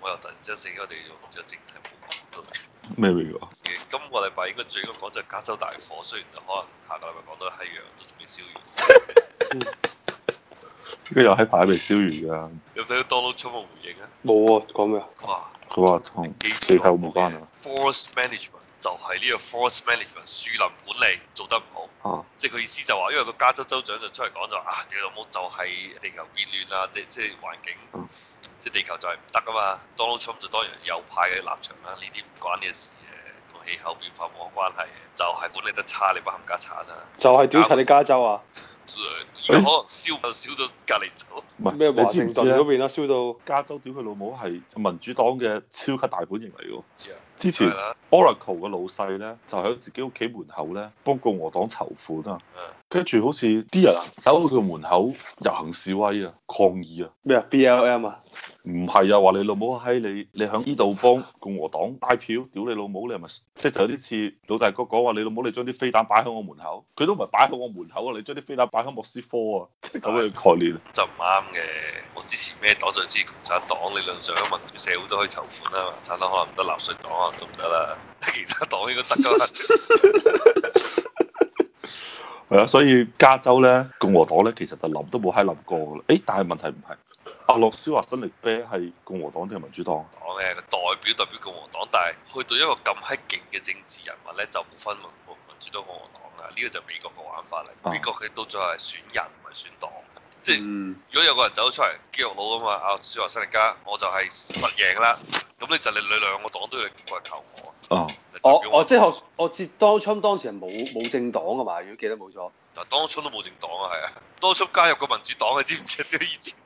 我又突然之間醒起我哋有正題冇講到。咩嚟㗎？今個禮拜應該最應該講就係加州大火，雖然可能下個禮拜講到係陽都仲未燒完。呢個有喺排未燒完㗎。有睇到 Donald Trump 嘅回應啊？冇啊，講咩啊？哇佢話同地球冇關啊。 ！Forest management 就係呢個 forest management 樹林管理做得唔好，啊，即係佢意思就話，因為個加州州長就出嚟講就話啊，你老母就係地球變暖啦，即即係環境嗯，即係地球就係唔得啊嘛。Donald Trump 就當然有派嘅立場啦，呢啲唔關呢個事嘅，同氣候變化冇關係嘅，就係管理得差，你班冚家產啊！就係屌柒你加州啊！而家可能燒就燒到隔離走。唔係咩華你知盛唔知啊頓嗰咧？邊啦，燒到加州屌佢老母係民主黨嘅超級大本營嚟㗎。知啊，之前係啦， Oracle 嘅老細咧，就喺自己屋企門口咧幫共和黨籌款啊，嗯，跟住好似啲人走到佢門口遊行示威啊、抗議啊，咩啊？BLM 啊？唔係啊，話你老母閪你，你喺呢度幫共和黨拉票，屌你老母，你係咪即係就有啲似老大哥講話你老母你將啲飛彈擺喺我門口，佢都唔係擺喺我門口啊，你將啲飛彈擺喺莫斯科啊， 即係咁嘅概念。咁就唔啱嘅。我支持咩黨就支持共產黨，理論上民主社會都可以籌款啦。共產黨可能唔得，納粹黨可能都唔得啦， 其他黨應該得㗎啦。係啊，所以加州咧共和黨咧其實就諗都冇閪諗過㗎啦。誒，但係問題唔係阿諾舒華辛力啤係共和黨定係民主黨？黨嘅個代表代表共和黨，但係去到一個咁閪勁嘅政治人物咧，就冇分民民主黨共和黨啦。呢、個就美國嘅玩法嚟。啊美國佢到最後係選人唔係選黨，即係。嗯，如果有個人走出嚟肌肉佬啊嘛，啊小華新力加，我就係實贏啦。咁你就你你兩個黨都要過嚟求我。啊。你代我表我哦即係我我知 Donald Trump 當時係冇冇政黨噶嘛，如果記得冇錯。嗱，當初都冇政黨啊，係啊， 當初加入個民主黨，你知唔知啲以前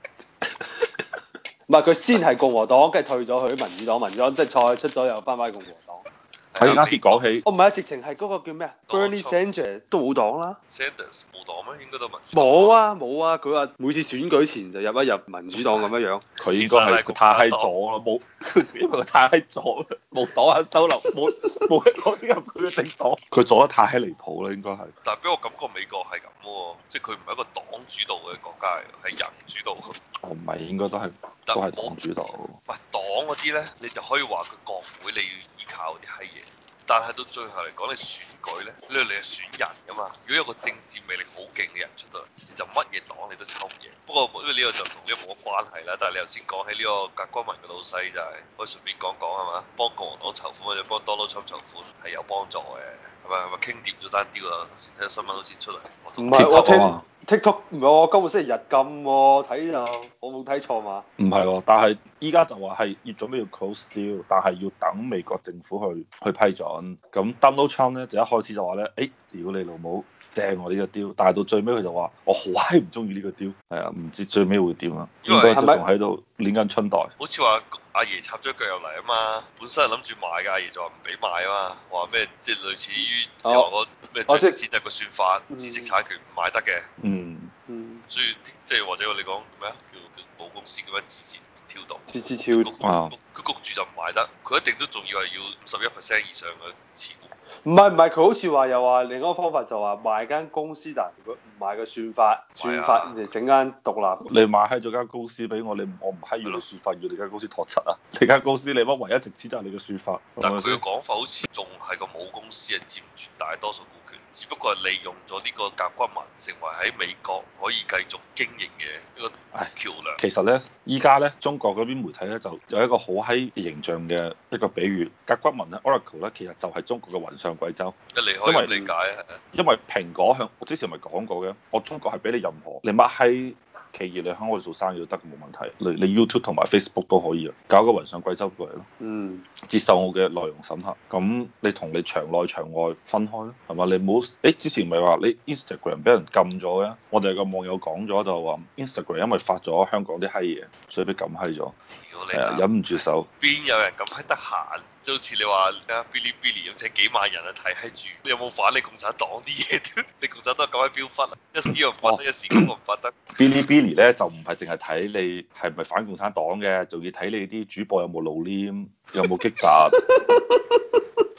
唔係佢先係共和黨，跟住退咗去民主黨，民主黨即係賽出咗又翻返去共和黨。喺啱先講起，哦，唔係啊，直情係嗰個叫咩啊 Donald ？Bernie Trump Sanders 都冇黨啦。 Sanders 冇黨咩？應該都民主黨冇啊冇啊，佢話每次選舉前就入一入民主黨咁樣樣。佢應該係佢太閪咗啦，冇 因為佢太閪咗啦， 冇黨肯收留，冇 冇一黨先入佢嘅政黨。佢做得太閪離譜啦，應該係。但係俾我感覺美國係咁喎，即係佢唔係一個黨主導嘅國家嚟，係人主導。我唔係應該都係但都係我黨主導。喂黨嗰啲咧，你就可以話佢國會你要依靠啲閪嘢，但係到最後嚟講，你選舉咧，你你係選人噶嘛。如果有個政治魅力好勁嘅人出到嚟，你就乜嘢黨你都抽唔贏。不過呢個就同呢個冇乜關係啦。但係你頭先講起呢個革軍民嘅老細就係、可以順便講講係嘛，幫共和黨籌款或者幫 Donald Trump 籌款係有幫助嘅，係咪係咪傾掂咗單雕啊？頭先睇到新聞好似出嚟，我同唔係我貼聽頭啊 TikTok 唔係我今個星期日禁喎，睇就我冇睇錯嘛。唔係喎，但係依家就話係要準備要 close deal，但係要等美國政府去去批准。咁 Donald Trump 咧就一開始就話咧，誒、屌你老母，正我呢個 deal，但係到最尾佢就話我好閪唔中意呢個 deal。係啊，唔知最尾會點啦，因為應該都係咪仲喺度攣緊春袋。好似話阿爺插咗腳入嚟啊嘛，本身係諗住賣㗎，阿爺就話唔俾賣啊嘛，話咩即係類似於哦又話我咩將哦即係值錢就係個算法，嗯知識產權唔賣得嘅，嗯，嗯，所以即係或者我哋講咩啊，叫叫保公司咁樣字節跳動，次次跳。谷啊谷佢谷住就唔賣得，佢一定都仲要係要五十一 percent 以上嘅持股，唔係唔係，佢好似話又話另一個方法就話賣間公司，但係如果唔賣個算法，係算啊法就整間獨立。你買閪咗間公司俾我，你唔我唔閪要你算法，要你間公司托柒啊！ 你間公司你乜唯一值錢就係你嘅算法，但係咪佢嘅先講法好似仲係個母公司係佔絕大多數股權，只不過係利用咗呢個甲骨文成為喺美國可以繼續經營嘅一個唉橋梁。其實咧，依家咧，中國嗰邊媒體咧就有一個好閪形象嘅一個比喻，甲骨文咧啊 Oracle 咧，其實就係中國嘅雲上貴州，一嚟可以因為嗯咁理解啊。因為蘋果向我之前咪講過嘅，我中國係俾你任何你乜閪企業你喺我哋做生意都得，冇問題，你你 YouTube 同埋 Facebook 都可以啊，搞個雲上貴州過嚟咯。嗯，接受我嘅內容審核，咁你同你場內場外分開咯，係嘛？你唔好，誒之前咪話你 Instagram 俾人禁咗嘅，我哋有個網友講咗就話 Instagram 因為發咗香港啲閪嘢，所以俾禁閪咗，屌你係啊啊！忍唔住手，邊有人咁閪得閒？就好似你話啊，Bilibili 咁請幾萬人啊睇閪住，你有冇反你共產黨啲嘢？ 你共產黨咁閪飄忽啊！一時又唔哦發得，一時嗰個唔發得。 Bilibili 咧就唔係淨係睇你係咪反共產黨嘅，仲要睇你啲主播有冇露臉，有冇激突，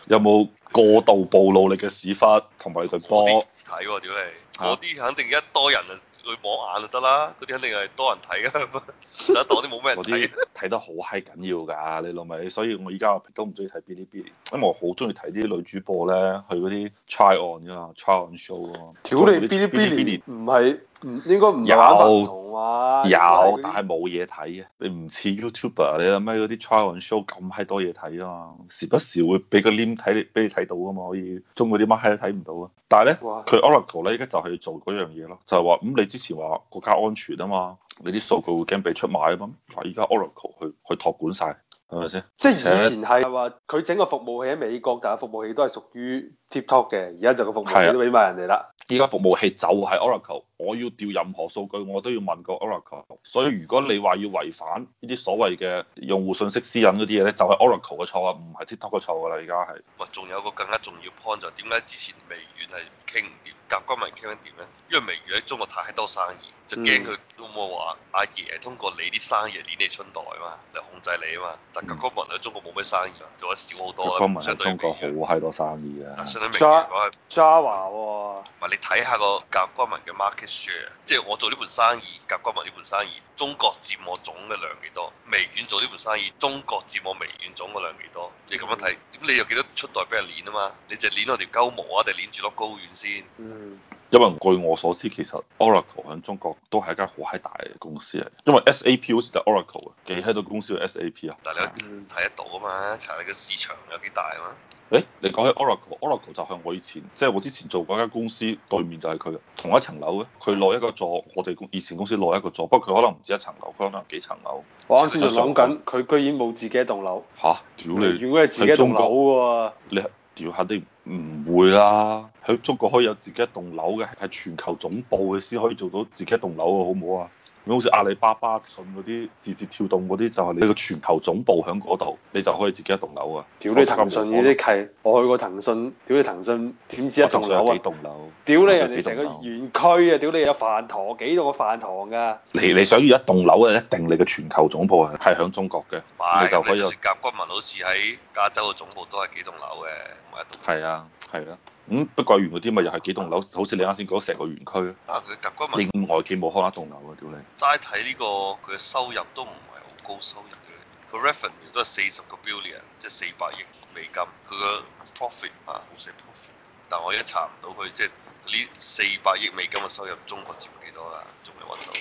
有冇過度暴露你嘅屎忽同埋佢嗰啲波哦唔。睇喎，屌你！嗰啲肯定一多人啊，去摸眼就得啦，嗰啲肯定係多人睇 噶，就一黨啲冇咩人嗰睇啊啲。 睇得好閪緊要㗎，你老味，所以我而家都唔中意睇 Bilibili，因為我好中意睇啲女主播咧去嗰啲 try on 㗎嘛，try on show 啊嘛。屌嗰你啲 Bilibili 唔係唔應該唔係玩有文同啊？有，應該但係嗰啲係冇嘢睇嘅。你唔似 YouTuber，你諗咩嗰啲 try on show 咁閪多嘢睇啊嘛，時不時會俾個 link 睇你，俾你睇到啊嘛，可以中嗰啲乜閪都睇唔到啊。但係咧，哇佢 Oracle 咧，而家就係做嗰樣嘢咯，就係話咁你之前話國家安全啊嘛，你啲數據會驚被出賣啊嘛，嗱而家 Oracle 去去託管晒，係咪先？即係以前係話佢整個服務器喺美國，但係服務器都係屬於 TikTok 嘅，而家就個服務係啊器都俾埋人哋啦。依家服務器就係 Oracle，我要調任何數據我都要問過 Oracle，所以如果你話要違反呢啲所謂嘅用戶信息私隱嗰啲嘢咧，就係、Oracle 嘅錯啊，唔係 TikTok 嘅錯㗎啦，而家係喂，仲有個更加重要 point 就係點解之前微軟係傾唔掂，甲骨文傾得掂咧？因為微軟喺中國太多生意，就嗯驚佢都冇話阿爺通過你啲生意嚟捏你春袋啊嘛，嚟控制你啊嘛。但甲骨文喺中國冇咩生意，做得少好多中文啦，喺相對於中國微好軟。閪多生意啊嘅，相對微軟 Java- 嘅話， Java 喎、唔係你睇下個甲骨文嘅 market share，即係我做呢盤生意，甲骨文呢盤生意，中國佔我總嘅量幾多？微軟做呢盤生意，中國佔我微軟總嘅量幾多？你咁樣睇，嗯咁你有幾多出袋俾人攣啊嘛？你就攣我條鳩毛啊，定攣住粒高丸先？嗯，因為據我所知，其實 Oracle 喺中國都係一間好閪大嘅公司嚟，因為 SAP 好似就係 Oracle 嘅，幾閪多公司有 SAP 啊。但係你嗯睇得到啊嘛，查你個市場有幾大啊嘛。誒，你講起 Oracle，Oracle 就係我以前，即係我之前做嗰間公司對面就係佢，同一層樓嘅，佢落一個座，我哋公以前公司落一個座，不過佢可能唔止一層樓，佢可能幾層樓。我啱先就諗緊，佢居然冇自己一棟樓，吓？屌微你！軟嗰係自己一棟樓喎。你屌肯定唔會啦！喺中國可以有自己一棟樓嘅，係全球總部嘅先可以做到自己一棟樓啊，好唔好啊？咁好似阿里巴巴、信嗰啲字節跳動嗰啲，就係你個全球總部喺嗰度，你就可以自己一棟樓啊！屌你騰訊呢啲契，我去過騰訊，屌你騰訊點止一我仲棟想樓有啊幾？棟樓？屌你我仲有人幾棟哋成個樓園區啊！屌你有飯堂，幾棟個飯堂㗎？你你想要一棟樓咧，啊一定你嘅全球總部係係喺中國嘅，唔係，你就咁可以你就有算甲骨文好似喺加州嘅總部都係幾棟樓嘅，唔係一棟。係啊係啊。咁碧桂園嗰啲咪又係幾棟樓，好似你啱先講成個園區，啊，佢甲骨文你外企冇可能一棟樓啊！屌你，齋睇呢個佢嘅收入都唔係好高收入嘅，佢 revenue 都係四十個 billion，即係四百億美金。佢嘅 profit 啊，好寫 profit，但我而家查唔到佢即係呢四百億美金嘅收入，中國佔幾多啦？仲未揾到。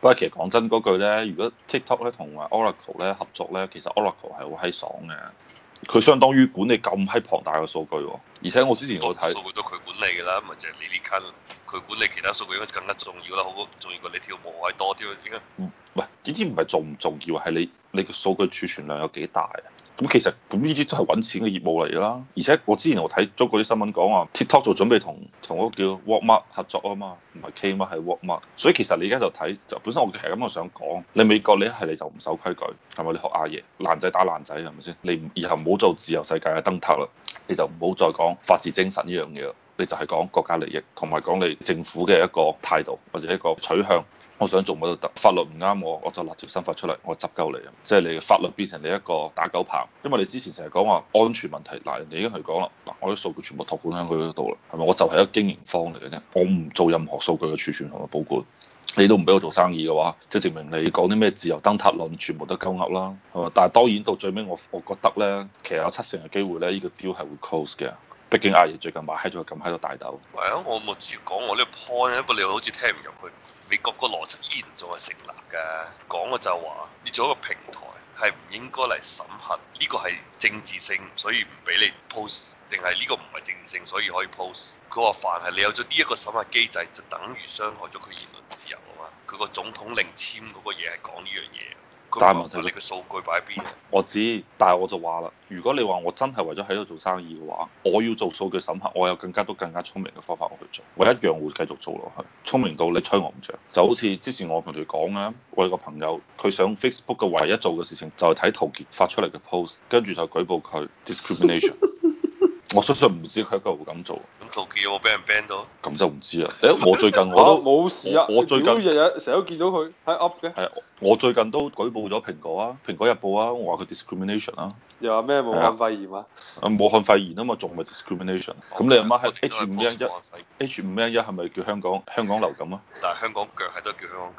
不過其實講真嗰句咧，如果 TikTok 咧同埋 Oracle 咧合作咧，其實 Oracle 係好閪爽嘅，佢相當於管理咁閪龐大嘅數據喎，而且我之前我多睇數據都佢管理㗎啦，唔係淨係呢啲坑，佢管理其他數據應該更加重要啦，好過重要過你跳舞係多添，應該喂，呢啲唔係重唔重要，係你你個數據儲存量有幾大啊？咁其實咁呢啲都係揾錢嘅業務嚟啦。而且我之前我睇中國啲新聞講話，TikTok 做準備同同嗰個叫 Walmart 合作啊嘛，唔係 Kmart 係 Walmart。所以其實你而家就睇就本身我其實咁我想講，你美國你一係你就唔守規矩，係咪？你學阿爺爛仔打爛仔係咪先？你唔以後唔好做自由世界嘅燈塔啦，你就唔好再講法治精神呢樣嘢啦。你就係講國家利益，同埋講你政府嘅一個態度或者一個取向。我想做乜都得，法律唔啱我，我就立條新法出嚟，我執鳩你，即係你嘅法律變成你一個打狗棒，因為你之前成日講話安全問題，嗱人哋已經係講啦，嗱我啲數據全部託管喺佢嗰度啦，係咪？我就係一個經營方嚟嘅啫，我唔做任何數據嘅儲存同埋保管。你都唔俾我做生意嘅話，即係證明你講啲咩自由燈塔論，全部都鳩噏啦，係嘛？但係當然到最尾，我我覺得咧，其實有七成嘅機會咧，呢、個 deal 係會 close 嘅。畢竟阿爺最近買閪咗咁閪多大豆，唔係啊！我冇直接講我呢個 point，不過你好似聽唔入去。美國個邏輯依然仲係成立㗎，講嘅就係話你做一個平台係唔應該嚟審核，呢個係政治性，所以唔俾你 post，定係呢個唔係政治性，所以可以 post。佢話凡係你有咗呢一個審核機制，就等於傷害咗佢言論自由啊嘛。佢個總統令簽嗰個嘢係講呢樣嘢，佢但係唔問題係你嘅數據擺喺邊啊。我知，但係我就話啦，如果你話我真係為咗喺度做生意嘅話，我要做數據審核，我有更加多更加聰明嘅方法我去做，我一樣會繼續做落去，聰明到你吹我唔着。就好似之前我同佢講啦，我有個朋友佢上 Facebook 嘅唯一做嘅事情就係睇陶傑發出嚟嘅 post，跟住就舉報佢 discrimination。我相信唔知佢一個會咁做，咁陶傑有冇俾人 ban 到？咁就唔知啦。誒，我最近我嚇都冇事啊！我我最近屌日日成日都見到佢喺 up 嘅，係我最近都舉報咗蘋果啊，蘋果日報啊，我話佢 discrimination 啊，又話咩武漢肺炎啊？啊武漢肺炎啊嘛，仲咪 discrimination？咁你阿媽喺 H 五 N 一 H5N1 ，H 五 N 一係咪叫香港香港流感啊？但係香港腳喺度叫香港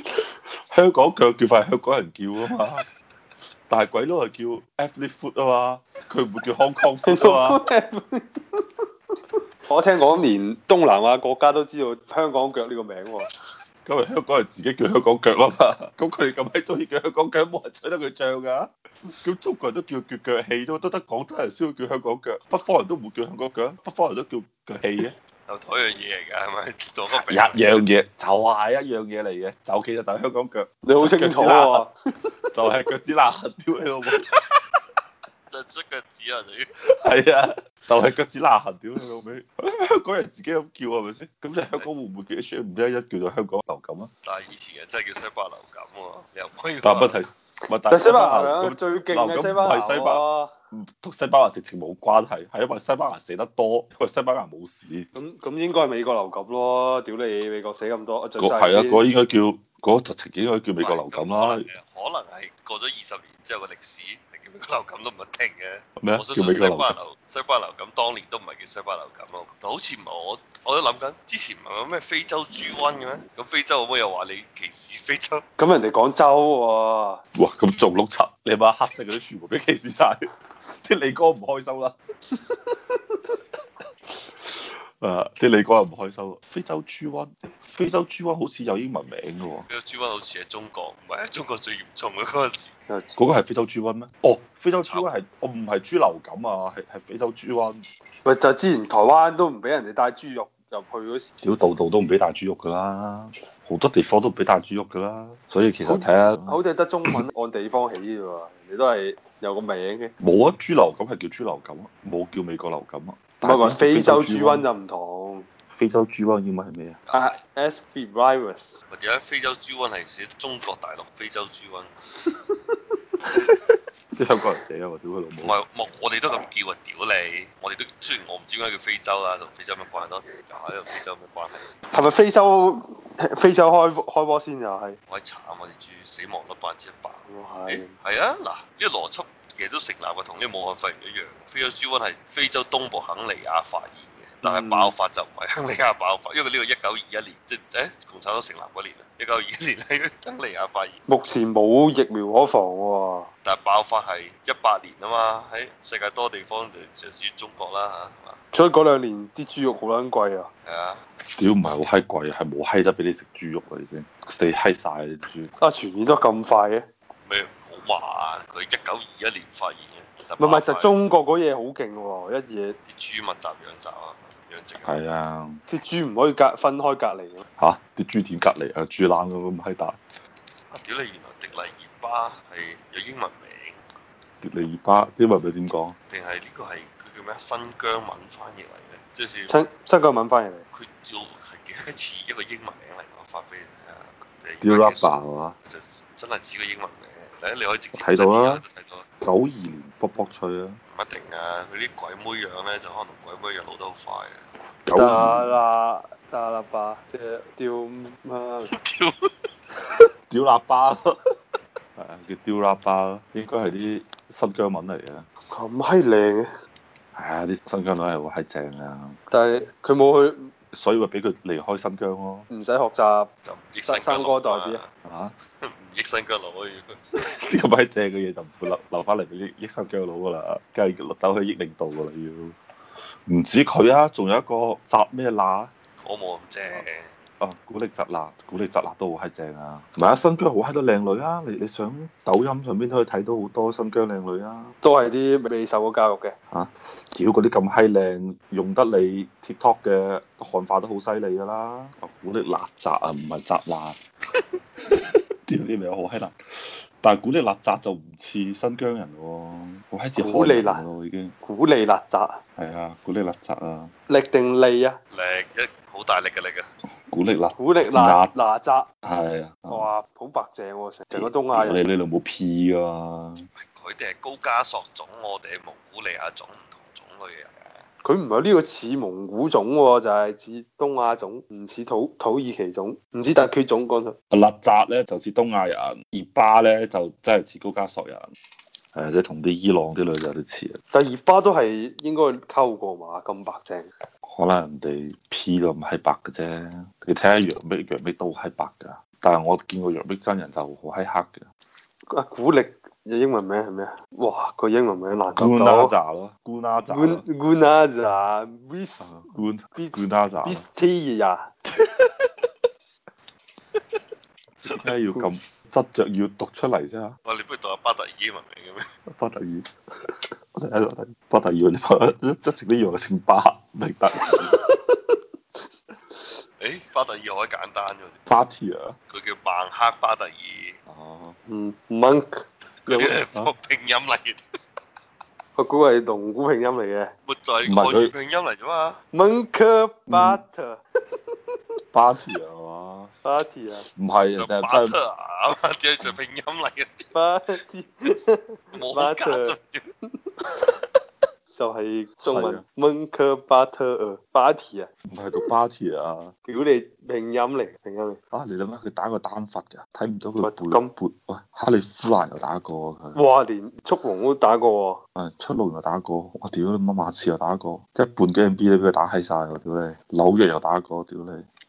腳，香港腳叫法係香港人叫 啊嘛，但係鬼佬係叫 athlete foot 啊嘛，佢唔會叫 Hong Kong foot 啊嘛。 我聽講連東南亞國家都知道香港腳呢個名喎。咁咪香港人自己叫香港腳啊嘛，咁佢哋咁閪中意叫香港腳，冇人取得佢漲㗎。咁中國人都叫叫腳氣啫，都得廣州人先會叫香港腳，北方人都唔會叫香港腳，北方人都叫腳氣嘅。又同一樣嘢嚟㗎，係咪？ 做個比一樣嘢就係一樣嘢嚟嘅，就其實就係香港腳，你好清楚喎，就係腳趾罅，屌你老母！就出腳趾啊，就要係啊，就係腳趾罅痕，屌你老味！ 香港人自己咁叫係咪先？咁你香港會唔會叫 H 五一一叫做香港流感啊？但係以前嘅真係叫西班牙流感喎，你又唔可以話。但問題唔係，但但係西班牙兩個咁最勁嘅西班牙流感唔係西班喎。唔同西班牙直情冇關係，係因為西班牙死得多，因為西班牙冇事。咁咁應該係美國流感咯，屌你美國死咁多，就個係啊，嗰個應該叫嗰個直情應該叫美國流感啦可能。係過咗二十年之後嘅歷史，你叫美國流感都唔一定嘅。咩啊我相叫信美西國班牙流感？流西班牙流感當年都唔係叫西班牙流感咯，但好似唔係我我都諗緊，之前唔係有咩非洲豬瘟嘅咩？咁非洲可唔可以又話你歧視非洲？ 咁人哋廣州喎，哇！咁仲碌柒，你把黑色嗰啲全部俾歧視晒， 啲李哥唔開心啦。 誒，啊啲李哥又唔開心啦。非洲豬瘟，非洲豬瘟好似有英文名嘅喎。非洲豬瘟好似喺中國，唔係喺中國最嚴重嘅嗰陣時。嗰個係非洲豬瘟咩？哦，非洲豬瘟係，我唔係豬流感啊，係係非洲豬瘟。喂就係之前台灣都唔俾人哋帶豬肉入去嗰時，屌，度度都唔俾帶豬肉㗎啦，好多地方都唔俾帶豬肉㗎啦。所以其實睇下，好似係得中文 按地方起嘅喎，人哋都係有個名嘅。冇啊，豬流感係叫豬流感啊，冇叫美國流感啊。唔係話非洲豬瘟，就唔同非洲豬瘟英文係咩啊？啊，SV virus 或者非洲豬瘟係寫中國大陸非洲豬瘟，啲香港人寫啊，我屌佢老唔母！係我我哋都咁叫啊！屌你，我哋都雖然我唔知點解叫非洲啦，同非洲有咩關係咯？搞下呢個非洲有咩關係先？係咪非洲非洲開開波先又係？我係慘啊！我哋豬死亡率百分之一百。誒係係啊，嗱，呢個邏輯其實都成立嘅，同呢個武漢肺炎一樣。非洲豬瘟係非洲東部肯尼亞發現嘅，但係爆發就唔係肯尼亞爆發，因 為呢個一九二一年即係誒共產黨成立嗰年啊，一九二一年喺肯尼亞發現，目前冇疫苗可防喎。但係爆發係一八年啊嘛，喺世界多地方就就至於中國啦嚇，係嘛？所以嗰兩年啲豬肉好撚貴啊！係啊，屌唔係好閪貴，係冇閪得俾你食豬肉啊啦已經，死閪晒啊啲豬。啊，傳染得咁快嘅，咩好嘛？佢一九二一年發現嘅，但唔係唔係，爆實發中國嗰嘢好勁喎，一嘢啲豬密集養殖啊，養殖啊，係啊，啲豬唔可以隔分開隔離嘅。嚇啲豬點隔離啊？豬腩咁閪大。屌你原來迪麗熱巴係有英文名。迪麗熱巴啲文佢點講？定係呢個係佢叫咩新疆文翻譯嚟嘅，即係新新疆文翻譯嚟，佢要係幾多似一個英文名嚟，我發俾你睇下。屌啊 rapper 係嘛？就真係似個英文名，嚟你可以直接睇到啊啦睇到，唔九二年卜卜脆啊！一定啊！佢啲鬼妹樣咧，就可能同鬼妹樣老得好快啊嘅。九得二啦得啦吧，即係屌媽，屌，屌喇叭咯， 係啊，叫屌喇叭咯，應該係啲新疆文嚟嘅。係咁閪靚嘅，啊，啲新疆女係好閪正啊，但係佢冇去，所以咪俾佢離開新疆咯，唔使學習。就唔益生新疆哥佬代啊表係嘛？ 唔益新疆佬啊！要啲咁閪正嘅嘢就唔會留留翻嚟俾啲益新疆佬噶啦，梗係走去益領導噶啦要。唔止佢啊，仲有一個扎咩乸我冇咁正，啊，古力扎娜，古力扎娜都好閪正啊。唔係啊，新疆好閪多靚女啊，你你上抖音上邊都可以睇到好多新疆靚女啊。都係啲未受過教育嘅，屌嗰啲咁閪靚，用得你 TikTok 嘅漢化都好犀利㗎啦！我估你辣雜啊，唔係雜辣。 屌啲名好閪辣，但係古力辣雜就唔似新疆人喎，好閪似古漢力人辣咯已經。古利勒扎，係啊，古力辣雜啊，力定利啊，力一好大力嘅力啊！古力娜古力娜嗱娜扎，係啊，哇，好白淨喎，成成個東亞人。你你老母 P 啊！佢哋係高加索種，我哋係蒙古利亞種，唔同種類嘅人啊。佢唔係呢個似蒙古種喎，就係似東亞種，唔似土土耳其種，唔似突厥種講咗。阿勒扎咧就似東亞人，熱巴咧就真係似高加索人，係即係同啲伊朗啲女仔都似啊。但熱巴都係應該溝過嘛，咁白淨。可能人哋 P 到唔係白嘅啫，你睇下楊冪，楊冪都好閪白㗎，但係我見過楊冪真人就好閪黑嘅。啊，古力嘅英文名係咩啊？哇，個英文名難讀到。 Gunaza 咯，Gunaza 咯 Gunaza b i s ，Gun b i 啊 s Gunaza， b i s t i a 點解要咁執着要讀出嚟啫？哇！你不如讀下巴特爾文明嘅咩？巴特 爾，我哋喺度巴特爾，你朋友一直都以為我姓巴，明白？ 誒，巴特爾可以簡單嘅，巴特爾啊，佢叫孟克巴特爾，哦，啊嗯，Monk，佢 有啲拼音嚟嘅，我估係龍古拼音嚟嘅。咪就係唔係佢漢語拼音嚟啫嘛。 Monk Butter 巴特爾啊嘛， Party 啊唔係就人哋巴係真係特啊嘛，只係就拼音嚟嘅， ，Party 冇加咗。 就係中係文啊 Monk Butter Party 啊，唔係讀巴特爾啊？屌你拼音嚟，拼音嚟。啊！你諗下佢打個單佛㗎，睇唔到佢喂背咁背喂，哈利夫蘭又打過佢，哇，連速龍都打過喎。誒出路又打過，我屌你乜馬刺又打過，一半嘅 NBA 都俾佢打閪晒喎，屌你！紐約又打過，屌你！